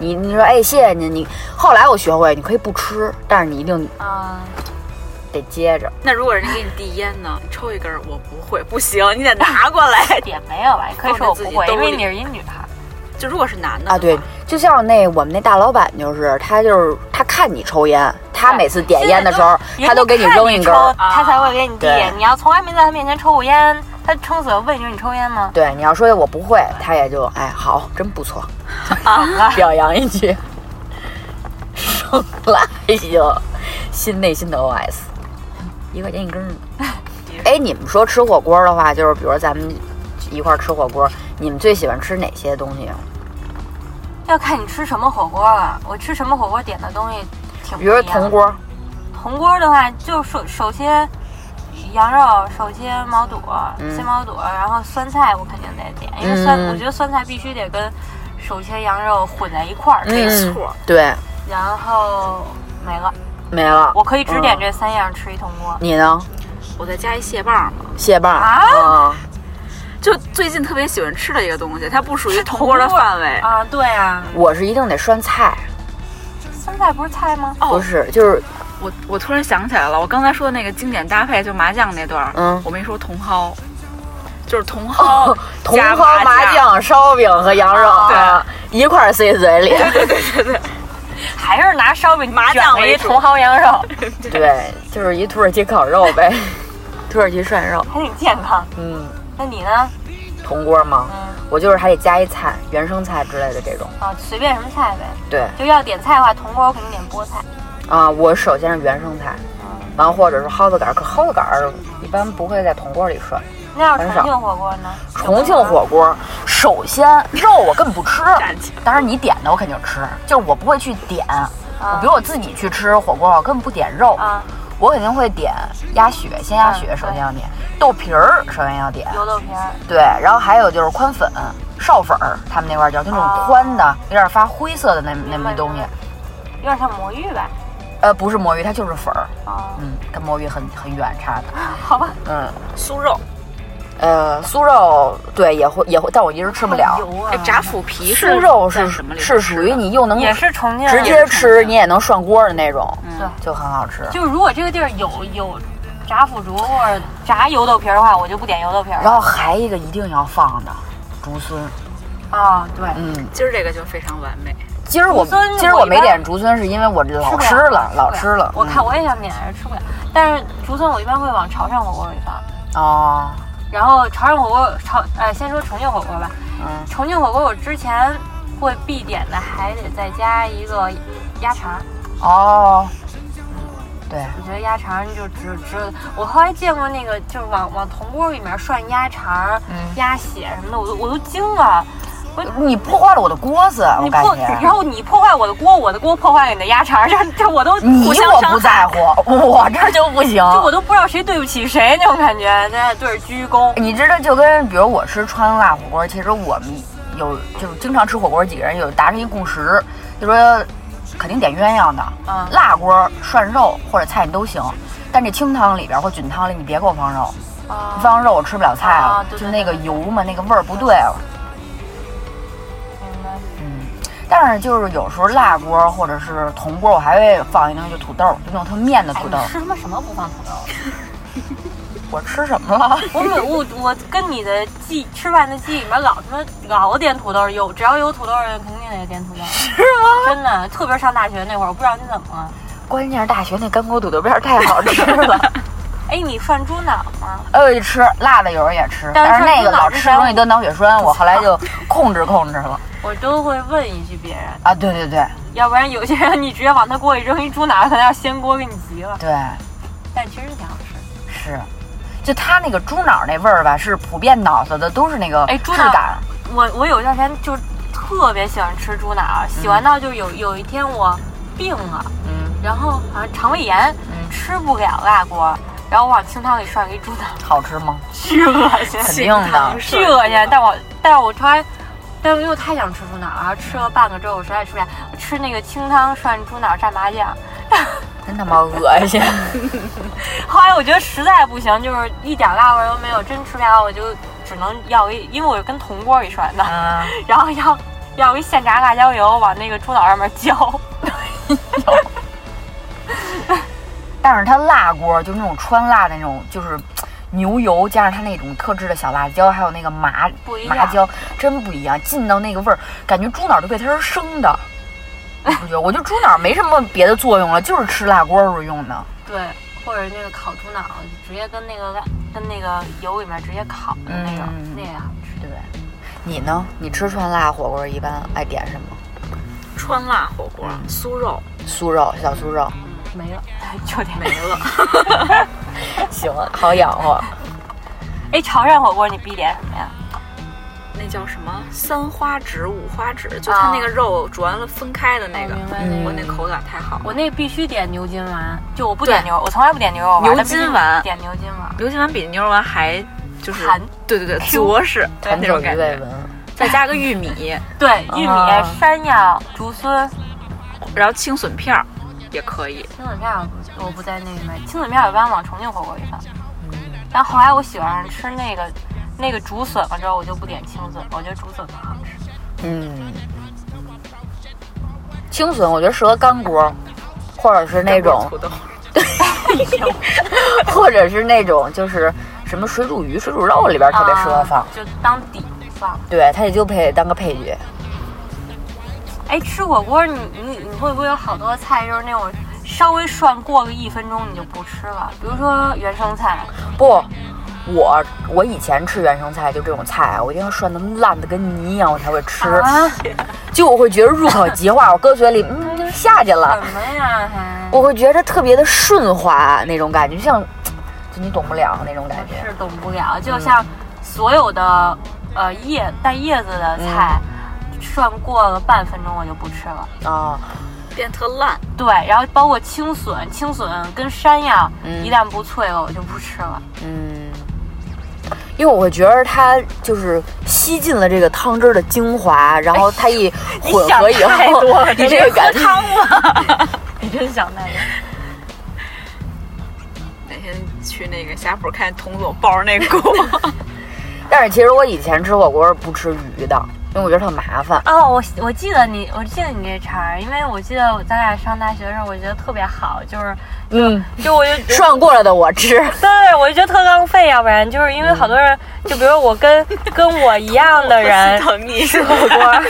S3: 你你说哎谢谢您，你后来我学会，你可以不吃，但是你一定
S4: 啊，
S3: 得接着。
S5: 那如果人家给你递烟呢？你抽一根儿，我不会，不行，你得拿过
S3: (laughs)
S5: 来。
S4: 也没有吧，也可以说我不会，因为你是一女孩。
S5: 就如果是男的
S3: 啊，
S5: 的
S3: 对
S5: 话，
S3: 就像那我们那大老板就是，他就是他看你抽烟，他每次点烟的时候，他都给你扔一根儿
S4: 人家看你抽。他才会给你递
S3: 对。
S4: 你要从来没在他面前抽过烟，他撑死了问一句你抽烟吗？
S3: 对，你要说我不会，他也就哎好，真不错， (laughs) 表扬一句，生来就心内心的 OS，一块钱一根儿呢。哎，你们说吃火锅的话，就是比如咱们一块儿吃火锅，你们最喜欢吃哪些东西啊？
S4: 要看你吃什么火锅了。我吃什么火锅点的东西挺不
S3: 比
S4: 一样的
S3: 如说铜锅，
S4: 铜锅的话，就首首先羊肉，首先毛肚、鲜毛肚，然后酸菜我肯定得点，因为酸，
S3: 嗯
S4: 我觉得酸菜必须得跟手切羊肉混在一块儿，没
S3: 嗯
S4: 错。
S3: 对，
S4: 然后没了，
S3: 没了。
S4: 我可以只点
S3: 嗯
S4: 这三样吃一铜锅。
S3: 你呢？
S5: 我再加一蟹棒吧。
S3: 蟹棒
S4: 啊
S3: 嗯
S5: 就最近特别喜欢吃的一个东西，它不属于铜锅的范围。
S4: 啊，对啊，
S3: 我是一定得涮菜，
S4: 酸菜不是菜吗？
S5: 哦
S3: 不是，就是
S5: (laughs) 我我突然想起来了，我刚才说的那个经典搭配就麻酱那段儿，
S3: 嗯
S5: 我没说茼蒿，就是茼
S3: (laughs)
S5: 蒿
S3: 茼
S5: 哦加
S3: 蒿、麻
S5: 酱，
S3: 酱、烧饼和羊肉
S4: 啊
S3: 啊一块儿塞嘴里。
S4: 还是拿烧饼
S5: 麻
S4: 卷
S5: 酱
S4: 了
S5: 为
S4: 一
S5: 主
S4: 茼蒿羊肉，
S3: 对，就是一土耳其烤肉呗， (laughs) 土耳其涮肉。
S4: 还挺健康。
S3: 嗯，
S4: 那你呢？
S3: 铜锅吗？
S4: 嗯，
S3: 我就是还得加一菜，原生菜之类的这种。
S4: 啊，随便什么菜呗。
S3: 对
S4: 就要点菜的话，铜锅我肯定点菠菜。
S3: 啊，我首先是原生菜，完或者是蒿子杆儿，可蒿子杆儿一般不会在铜锅里涮。
S4: 那要是重
S3: 很少
S4: 庆火锅呢？
S3: 重庆火锅，首先肉我根本
S4: (laughs)
S3: 不吃，当然你点的我肯定吃，就是我不会去点。比如我自己去吃火锅，我根本不点肉，
S4: 啊，
S3: 我肯定会点鸭血，鲜鸭血
S4: 嗯
S3: 首先要点，豆皮儿首先要点，
S4: 油豆皮儿。
S3: 对，然后还有就是宽粉、绍粉儿，他们那块儿叫就那种
S4: 哦
S3: 宽的，有点发灰色的那那
S4: 明白
S3: 么东西
S4: 明，有点像魔芋吧？
S3: 呃，不是魔芋，它就是粉儿，
S4: 啊，
S3: 嗯，跟魔芋很很远差的，
S4: 好吧，
S3: 嗯，
S5: 酥肉，
S3: 呃，酥肉对也会也会，但我一直吃不了。
S4: 油
S5: 哎
S4: 啊，
S5: 炸腐皮是
S3: 酥肉
S5: 在
S3: 是
S5: 什么里？
S3: 是属于。你又能
S4: 也是重庆
S3: 直
S4: 人。
S3: 接吃，你也能涮锅的那种，
S5: 嗯
S3: 就很好吃。
S4: 就是如果这个地儿有有炸腐竹或者炸油豆皮儿的话，我就不点油豆皮儿
S3: 然
S4: 了。
S3: 后还一个一定要放的竹荪，
S4: 啊，对，
S3: 嗯，
S5: 今儿这个就非常完美，
S3: 今儿我
S4: 竹荪
S3: 今儿
S4: 我
S3: 我
S4: 一
S3: 没
S4: 般
S3: 点竹荪，是因为我老
S4: 不
S3: 吃了，老
S4: 不
S3: 吃了。
S4: 我看
S3: 嗯
S4: 我也想点，吃不了。但是竹荪我一般会往潮汕火锅里放。
S3: 哦，
S4: 然后潮汕火锅潮，呃，先说重庆火锅吧。
S3: 嗯
S4: 重庆火锅我之前会必点的，还得再加一个鸭肠。
S3: 哦，对，
S4: 我觉得鸭肠就只只，我后来见过那个就是往往铜锅里面涮鸭肠、
S3: 嗯
S4: 鸭血什么的，我都我都惊了。
S3: 你破坏了我的锅子，我
S4: 你
S3: 感
S4: 破，然
S3: 觉。
S4: 后你破坏我的锅，我的锅破坏你的鸭肠，这这我都
S3: 你
S4: 互相
S3: 我
S4: 伤
S3: 不
S4: 害，
S3: 在哦乎，我这儿就不行。
S4: 就我都不知道谁对不起谁那种感觉，在那对着鞠躬。
S3: 你知道，就跟比如我吃川辣火锅，其实我们有就是经常吃火锅，几个人有达成一共识，就说肯定点鸳鸯的，
S4: 嗯
S3: 辣锅涮肉或者菜你都行，但这清汤里边或菌汤里你别给我放肉，
S4: 啊
S3: 哎放肉我吃不了菜了，
S4: 啊对对
S3: 就那个
S4: 对对
S3: 油嘛，那个味儿不对了。
S4: 明白
S3: 但是就是有时候辣锅或者是铜锅，我还会放一那个就土豆，就那种特面的
S4: 哎，
S3: 土
S4: 你
S3: 豆。
S4: 吃他妈什么不放土豆？
S3: 我吃什么了？
S4: (laughs) 我每我我跟你的记吃饭的记忆里面老他妈老点土豆，有只要有土豆的人肯定得点土豆，是吗？真的，特别是上大学那会儿，我不知道你怎么了。
S3: (laughs) 关键是大学那干锅土豆片儿太好吃了，
S4: 哎，你涮猪脑吗？
S3: 哎呦一吃辣的有时候也吃，
S4: 但是
S3: 但
S4: 涮
S3: 是那
S4: 猪
S3: 个
S4: 脑
S3: 老
S4: 之
S3: 吃
S4: 前
S3: 容易得脑血栓，我后来就控制控制了。
S4: 我都会问一句别人，
S3: 啊，对对对
S4: 要不然有些人你直接往他锅里扔一猪脑，可能要掀锅给你急了。
S3: 对，
S4: 但其实挺好吃。
S3: 是，就它那个猪脑那味儿吧，是普遍脑子的都是那个
S4: 哎
S3: 质
S4: 猪脑
S3: 感，
S4: 我我有一段时间就特别喜欢吃猪脑，喜欢到就有有一天我病了，
S3: 嗯，
S4: 然后好像肠胃炎，吃不了辣锅，然后我往清汤里涮一猪脑，
S3: 好吃吗？
S4: 巨恶心，
S3: 肯定的，
S4: 巨恶心。但我但是我突然，但是因为我太想吃猪脑了，吃了半个之后我实在吃不了，我吃那个清汤涮猪脑蘸麻酱。
S3: 真他妈恶 (laughs) 心。
S4: 后来我觉得实在不行，就是一点辣味儿都没有，真吃不了，我就只能要一，因为我是跟铜锅里涮的，
S3: 啊，
S4: 然后要要一现炸辣椒油往那个猪脑上面浇。
S3: 但是它辣锅就是那种川辣的那种，就是牛油加上它那种特制的小辣椒，还有那个麻
S4: 不一样
S3: 麻椒，真不一样，进到那个味儿，感觉猪脑就被它是
S5: (laughs)
S3: 生的。你不觉得？我觉得猪脑没什么别的作用了，就是吃辣锅时候用的。
S4: 对，或者那个烤猪脑，直接跟那个跟那个油里面直接烤的那种，
S3: 嗯
S4: 那个好吃。
S3: 对，你呢？你吃川辣火锅一般爱点什么？
S5: 川辣火锅、酥肉
S3: 酥肉，小酥肉。
S4: 没了， (laughs) 就点没
S5: 没了。
S3: 行，好啊养活。
S4: 哎，潮汕火锅你必点什么呀？
S5: 那叫什么三花趾、五花趾，就它那个肉煮完了分开的那个，
S4: 哦明白那
S3: 个
S5: 我那口感太好了。
S4: 我那必须点牛筋丸，就我不
S5: 对
S4: 点牛，我从来不点牛肉丸，
S5: 牛
S4: 但必须
S5: 筋丸
S4: 点牛筋丸。
S5: 牛筋丸比牛肉丸还就是
S4: 弹，
S5: 对对对，
S4: Q
S5: 着实 (laughs)
S3: 谭
S5: 那
S3: 酒
S5: 种
S3: 鱼
S5: 感
S3: 味
S5: 觉，
S3: 闻，
S5: 再加个玉米，
S4: 对，玉
S3: 啊
S4: 米、山药、竹荪、
S5: 然后青笋片儿也可以。
S4: 亲子面儿不我不在那里买，亲子面儿一般往重庆火锅里放。
S3: 嗯
S4: 但后来我喜欢上吃那个那个竹笋了之后，我就不点青笋，我觉得竹笋更好吃。
S3: 嗯，青笋我觉得适合干锅，或者是那种
S5: 土，豆，
S3: (laughs) 或者是那种就是什么水煮鱼、水煮肉里边特别适合放
S4: 啊。就当底放。
S3: 对，它也就配当个配角。
S4: 哎，吃火锅你你你会不会有好多菜就是那种稍微涮过个一分钟你就不吃了？比如说原生菜，
S3: 不，我我以前吃原生菜就这种菜啊，我一定要涮的烂的跟泥一样，我才会吃。
S4: 啊
S3: 就我会觉得入口即化，我搁嘴里嗯下去了
S4: 什，么呀还？
S3: 我会觉得特别的顺滑那种感觉，就像就你懂不了那种感觉。
S4: 是懂不
S3: 嗯
S4: 了，就像所有的呃叶带叶子的菜，
S3: 嗯
S4: 涮过了半分钟我就不吃了。
S3: 啊，
S5: 变特烂。
S4: 对，然后包括青笋，青笋跟山药、
S3: 嗯
S4: 一旦不脆了，我就不吃
S3: (laughs)
S4: 了。
S3: 嗯，因为我会觉得它就是吸进了这个汤汁儿的精华，然后它一
S4: 哎
S3: 混合以后， (laughs) 你这个感觉，
S4: (laughs) 你真想那个？
S5: 哪天去那个呷哺看童总抱着那
S3: (laughs)
S5: 锅，
S3: 但是其实我以前吃火锅儿不吃鱼的，因为我觉得特麻烦。
S4: 哦，我我记得你，我记得你这茬儿，因为我记得我咱俩上大学的时候，我觉得特别好，就是
S3: 嗯，
S4: 就我就
S3: (laughs) 涮过了的我吃，
S4: 对，我就觉得特浪费，啊要不然就是因为好多人，
S3: 嗯
S4: 就比如我跟跟我一样的
S3: (laughs)
S4: 人
S5: 疼你
S4: 吃火锅，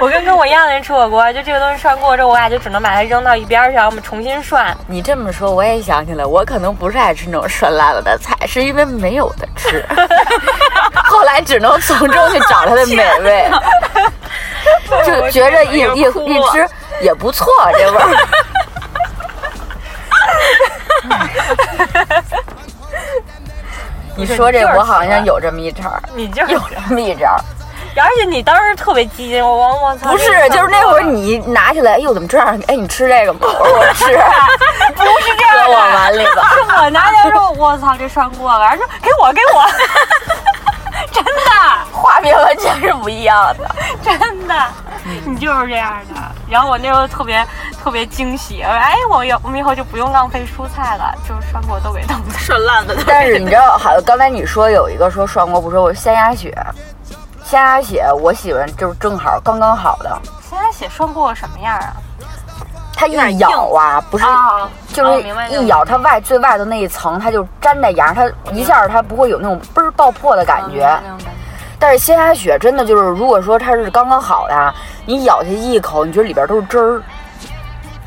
S4: 我跟跟我一样的人吃火锅，就这个东西涮过之后，我俩就只能把它扔到一边儿去，然后我们重新涮。
S3: 你这么说我也想起来，我可能不是爱吃那种涮辣了的菜，是因为没有的吃， (laughs) 后来只能从中去找它的 (laughs) 美味，就觉着一一一吃也不错，这味儿。 (laughs) 你说这我好像有这么一茬儿，
S4: 你就是
S3: 有这么一茬儿，
S4: 而且你当时特别激进，我我我操！ (laughs)
S3: 不是
S4: 这个，
S3: 就是那会儿你拿起来，哎呦怎么这样？哎，你吃这个吗？我说我
S4: (laughs)
S3: 吃，不是这样，我碗里吧。
S4: 是我拿来说，我操，这涮过了，然后说给我给 (laughs) 我，真的
S3: (laughs) 画面完全是不一样的。
S4: (laughs) 真的，你就是这样的。然后我那时候特别特别惊喜，我说哎，我有我们以后就不用浪费蔬菜了，就是涮过都给冻死。
S5: 涮烂的。
S3: 但是你知道，好，刚才你说有一个说涮锅不说，我是鲜鸭血，鲜鸭血我喜欢就是正好刚刚好的，
S4: 现在写涮过什么样啊？
S3: 它一咬啊，不是。
S4: 啊，
S3: 就是
S4: 明白
S3: 一咬它外最外头那一层，它就粘在牙，上，它一下它不会有那种嘣儿爆破的
S4: 嗯
S3: 感
S4: 哦
S3: 觉。但是鲜鸭血真的就是，如果说它是刚刚好的啊，你咬下去一口，你觉得里边都是汁儿，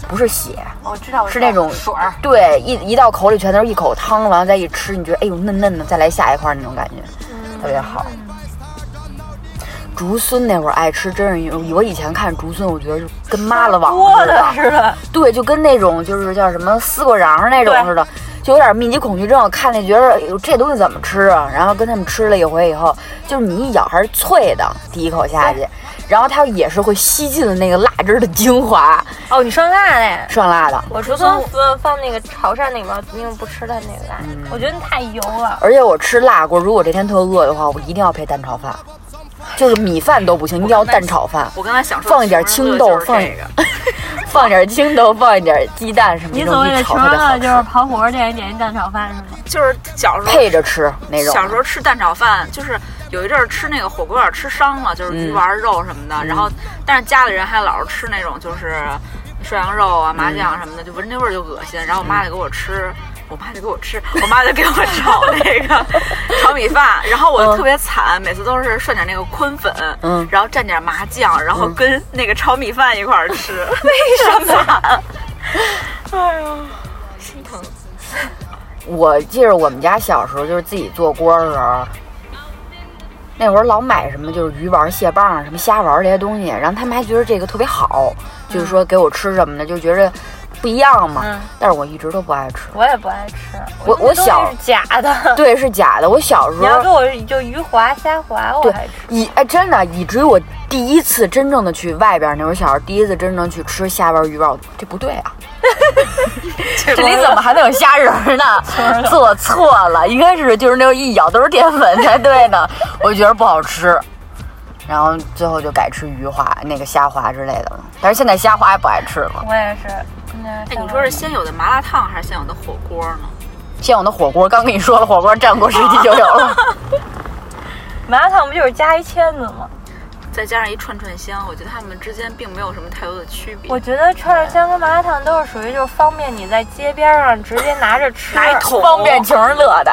S3: 不是血。
S4: 我哦知道，我知道
S3: 是那种
S4: 水儿，
S3: 对，一一到口里全都是一口汤，完了再一吃，你觉得哎呦嫩嫩的，再来下一块那种感觉，
S4: 嗯
S3: 特别好。竹荪那会儿爱吃，真是因为我以前看竹荪，我觉得就跟妈了网
S4: 多的
S3: 似的，
S4: 似的。
S3: 对，就跟那种就是叫什么丝瓜瓤儿那种
S4: 对
S3: 似的，就有点密集恐惧症，看那觉得哎呦这东西怎么吃啊？然后跟他们吃了一回以后，就是你一咬还是脆的，第一口下去，然后它也是会吸进那个辣汁儿的精华，
S4: 哦，你上辣嘞！
S3: 涮辣的。
S4: 我除了放放那个潮汕那个，因为不吃它那个辣，嗯我觉得太油了。
S3: 而且我吃辣锅，如果这天特饿的话，我一定要配蛋炒饭，就是米饭都不行，一定要蛋炒饭，
S5: 我刚才想说，
S3: 放一点青豆，放
S5: 这个。
S3: 放一点青豆，放一点鸡蛋什么的，
S4: 你
S3: 一
S4: 所谓的
S3: 起
S4: 穷
S3: 炒特别好
S4: 辣
S3: 吃
S4: 就是刨活儿点一点一蛋炒饭是吗？
S5: 就是小时候
S3: 配着吃那种。
S5: 小时候吃蛋炒饭，就是有一阵儿吃那个火锅有点吃伤了，就是鱼丸肉什么的。然后，但是家里人还老是吃那种就是涮羊肉啊、麻酱什么的，就闻那味儿就恶心。然后我妈就给我吃。我妈就给我吃，我妈就给我炒那个炒米饭，然后我就特别惨，每次都是涮点那个昆粉，
S3: 嗯
S5: 然后蘸点麻酱，然后跟那个炒米饭一块儿吃， (laughs) 为什么？
S3: 我记着我们家小时候就是自己做锅的时候，那会儿老买什么就是鱼丸、蟹棒、什么虾丸这些东西，然后他们还觉得这个特别好，就是说给我吃什么的，就觉着不一样嘛。
S4: 嗯
S3: 但是我一直都不爱吃。
S4: 我也不爱吃，
S3: 我
S4: 觉得
S3: 我小
S4: 东西是假的。
S3: 对，是假的。我小时
S4: 你要给
S3: 候
S4: 我就鱼滑虾滑，我
S3: 对
S4: 哦还吃。
S3: 以哎真的，以至于我第一次真正的去外边那会儿小时候第一次真正去吃虾丸、鱼丸，我这不对啊。
S5: 这
S3: 这里怎么还能有虾仁儿呢？做错了，应该是就是那种一咬都是淀粉才对呢。我觉得不好吃，然后最后就改吃鱼滑、那个虾滑之类的了。但是现在虾滑也不爱吃了。
S4: 我也是。哎
S5: 哎，你说是先有的麻辣烫还是先有的火锅呢？
S3: 现有的火锅，刚跟你说了，火锅战国时 (laughs) 期就有了。
S4: 麻辣烫不就是加一签子吗？
S5: 再加上一串串香，我觉得他们之间并没有什么太多的区别。
S4: 我觉得串串香跟麻辣烫都是属于就是方便你在街边上直接拿着吃，
S5: 拿一桶
S3: 方便穷人乐的，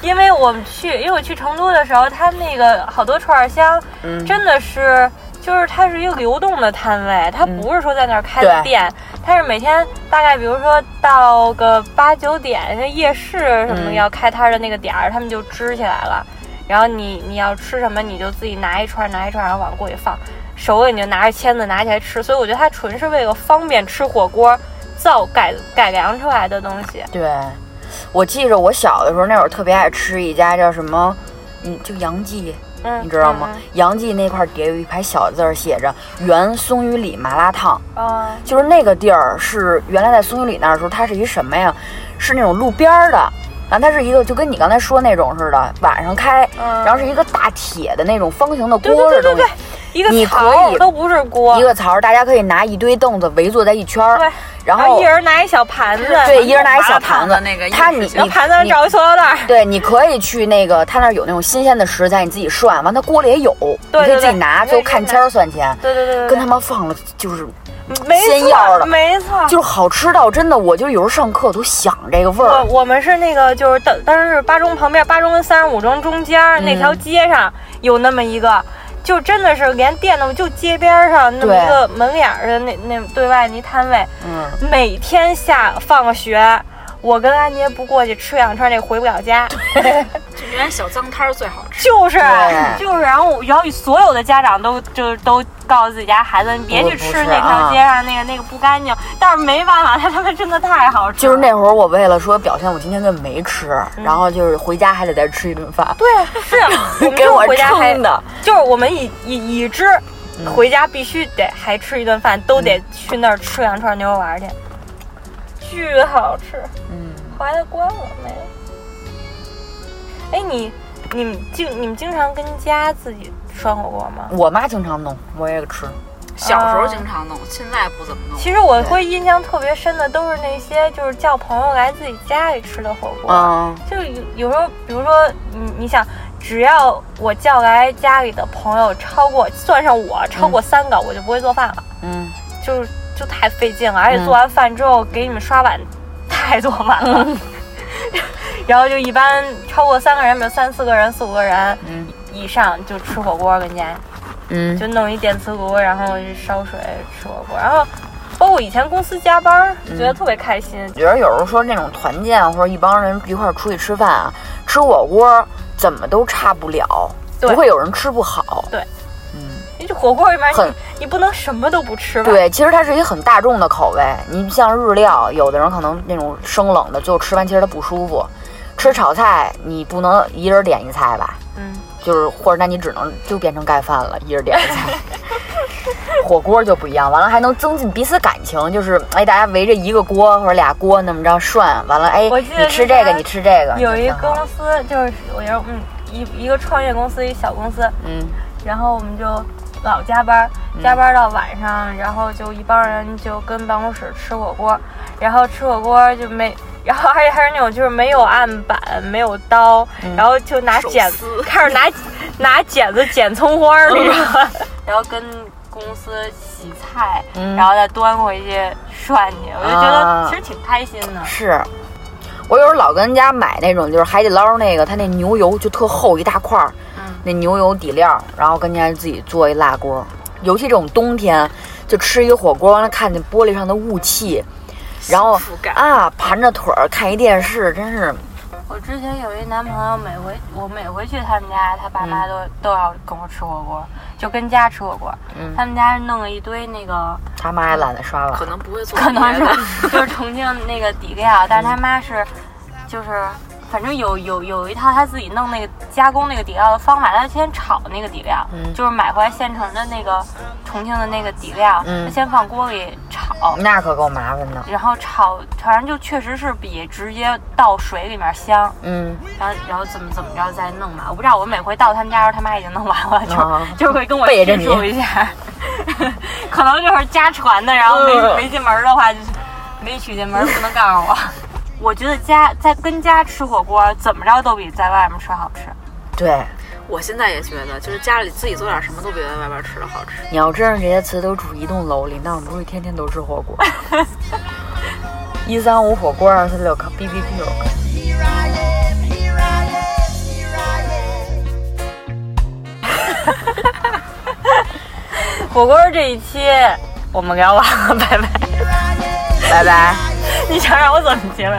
S4: 因为我们去，因为我去成都的时候，它那个好多串儿香，
S3: 嗯
S4: 真的是。就是它是一个流动的摊位，它不是说在那儿开的
S3: 嗯对
S4: 店，它是每天大概比如说到个八九点，那夜市什么
S3: 嗯
S4: 要开摊儿的那个点儿，他们就支起来了。然后你你要吃什么，你就自己拿一串儿拿一串儿，然后往锅里放，熟了你就拿着签子拿起来吃。所以我觉得它纯是为了方便吃火锅造改改良出来的东西。
S3: 对，我记着我小的时候那会儿特别爱吃一家叫什么，嗯，就杨记，
S4: 嗯，
S3: 你知道吗
S4: 嗯？？
S3: 杨记那块儿底下有一排小字儿写着“原松榆里麻辣烫”。
S4: 嗯啊，
S3: 就是那个地儿是原来在松榆里那儿的时候，它是一什么呀？是那种路边儿的，然后它是一个就跟你刚才说那种似的，晚上开，
S4: 嗯
S3: 然后是一个大铁的那种方形的
S4: 对
S3: 锅
S4: 对
S3: 的
S4: 对
S3: 东
S4: 对
S3: 西
S4: 对，，一个
S3: 你
S4: 槽
S3: 可以
S4: 都不是锅，
S3: 一个槽儿，大家可以拿一堆凳子围坐在一圈
S4: 对
S3: 儿，，然
S4: 后
S3: 后
S4: 一人拿一小盘子，
S3: 对一人拿一小
S5: 麻辣烫
S3: 盘
S5: 的
S3: 子，
S5: 那个
S3: 它
S5: 意
S3: 你
S5: 思
S3: 你
S5: 是
S4: 然后盘子上
S3: 你
S4: 找一塑料袋儿，
S3: 对，你可以去那个，他那儿有那种新鲜的食材，你自己涮，完他锅里也有，
S4: 对对
S3: 你可以自己
S4: 对
S3: 拿，
S4: 你
S3: 最
S4: 可以
S3: 后看
S4: 自己
S3: 签儿算钱。
S4: 对对对对，
S3: 跟他妈放了，就是
S4: 对没
S3: 煎
S4: 错
S3: 药了
S4: 没错。
S3: 就是好吃到真的，我就有时候上课我都想这个味
S4: 我
S3: 儿。
S4: 我们是那个，就是当当时是八中旁边，八中跟三十五中中间儿那
S3: 嗯
S4: 条街上有那么一个，就真的是连店都就街边儿上那么
S3: 对
S4: 一个门脸儿的那那对外那摊位，
S3: 嗯，
S4: 每天下放了学，我跟安杰不过去吃两串，这回不了家。
S5: 就原来小脏摊儿最好吃。
S4: 就是
S3: 对
S4: 就是，然后我然后所有的家长都就是都告诉自己家孩子，你别
S3: 不
S4: 去
S3: 不
S4: 吃
S3: 是
S4: 那条
S3: 啊
S4: 街上那个那个不干净。但是没办法，它他妈真的太好吃了。
S3: 就是那会儿，我为了说表现我今天根本没吃，
S4: 嗯
S3: 然后就是回家还得再吃一顿饭，
S4: 对啊，
S3: (laughs)
S4: 是啊 (laughs) 我们
S3: 给
S4: 就
S3: 我
S4: 回家还
S3: 撑的。嗯
S4: 就是我们已已已知。回家必须得还吃一顿饭，都得去那儿吃两串牛肉丸去，巨好吃。
S3: 嗯，
S4: 后来它关了，没了。哎，你你们经你们经常跟家自己涮火锅吗？
S3: 我妈经常弄，我也吃。
S5: 小时候经常弄，现在不怎么弄。
S4: 其实我会印象特别深的都是那些就是叫朋友来自己家里吃的火锅，
S3: 嗯，
S4: 就是有有时候，比如说你你想，只要我叫来家里的朋友超过算上我超过三个，我就不会做饭了，
S3: 嗯，
S4: 就是就太费劲了，而且做完饭之后给你们刷碗太多碗了。
S3: 嗯
S4: (laughs) 然后就一般超过三个人，比如三四个人、四五个人、
S3: 嗯
S4: 以上就吃火锅跟家。
S3: 嗯，
S4: 就弄一电磁炉，然后就烧水吃火锅，然后包括以前公司加班儿，觉
S3: 嗯
S4: 得特别开心。
S3: 觉得有时候说那种团建啊或者一帮人一块儿出去吃饭啊，吃火锅怎么都差不了，
S4: 对
S3: 不会有人吃不好。
S4: 对你这火锅里面
S3: 很
S4: 你你不能什么都不吃吧？
S3: 对，其实它是一个很大众的口味。你像日料，有的人可能那种生冷的，就吃完其实它不舒服。吃炒菜，你不能一人点一菜吧？
S4: 嗯，
S3: 就是或者那你只能就变成盖饭了，一人点一菜。 (laughs) 火锅就不一样，完了还能增进彼此感情，就是哎，大家围着一个锅或者俩锅那么着涮，完了哎，
S4: 我记得
S3: 你吃
S4: 之
S3: 这个，
S4: 前
S3: 你吃这个，
S4: 有一
S3: 就挺
S4: 公
S3: 好
S4: 司就是我要嗯一一个创业公司一小公司，
S3: 嗯，
S4: 然后我们就老加班儿，加班儿到晚上，然后就一帮人就跟办公室吃火锅，然后吃火锅就没，然后还还是那种就是没有案板，没有刀，然后就拿
S5: 手
S4: 剪
S5: 撕
S4: 子开 (laughs) 始拿拿剪子剪葱花儿那种，嗯 (laughs) 然后跟公司洗菜，
S3: 嗯
S4: 然后再端回去涮去，我就觉
S3: 啊
S4: 得其实挺开心的。
S3: 是。我有时候老跟人家买那种，就是海底捞那个，它那牛油就特厚一大块儿，
S5: 嗯
S3: 那牛油底料，然后跟人家自己做一辣锅。尤其这种冬天，就吃一个火锅，完了看见玻璃上的雾气，然后
S5: 幸福感
S3: 啊盘着腿儿看一电视，真是
S4: 我之前有一男朋友，每回我每回去他们家，他爸妈都、都要跟我吃火锅，就跟家吃火锅。
S3: 嗯
S4: 他们家弄了一堆那个，
S3: 他妈也懒得刷碗
S5: 可。能不会做
S4: 可能
S5: 别的
S4: 是 (laughs) 就是重庆那个底料，但是他妈是就是。反正有有有一套他自己弄那个加工那个底料的方法，他先炒那个底料，
S3: 嗯
S4: 就是买回来现成的那个重庆的那个底料，
S3: 嗯
S4: 他先放锅里炒，
S5: 嗯
S3: (laughs) 那可够麻烦的，
S4: 然后炒，反正就确实是比直接倒水里面香。
S3: 嗯，
S4: 然后然后怎么怎么着再弄吧。我不知道，我每回到他们家的时候，他妈已经弄完了，就、
S3: 啊
S4: (laughs) 就会跟我
S3: 背着
S4: 叙
S3: 你
S4: 述一下。 (laughs) 可能就是家传的，然后没、
S3: 嗯
S4: 没进门的话，就是没娶进门不能告 (laughs) 诉我。我觉得家在跟家吃火锅，怎么着都比在外面吃好吃。
S3: 对，
S5: 我现在也觉得，就是家里自己做点什么都比在外边吃的好吃。
S3: 你要真是这些词都住一栋楼里，那我们不是天天都吃火锅？
S5: (laughs)
S3: 一三五火锅，二四六 B B Q。
S6: Here I am, here I am, here I am.
S4: 火锅这一期我们聊完了，拜拜。
S3: 拜拜。
S4: 你想让我怎么结尾？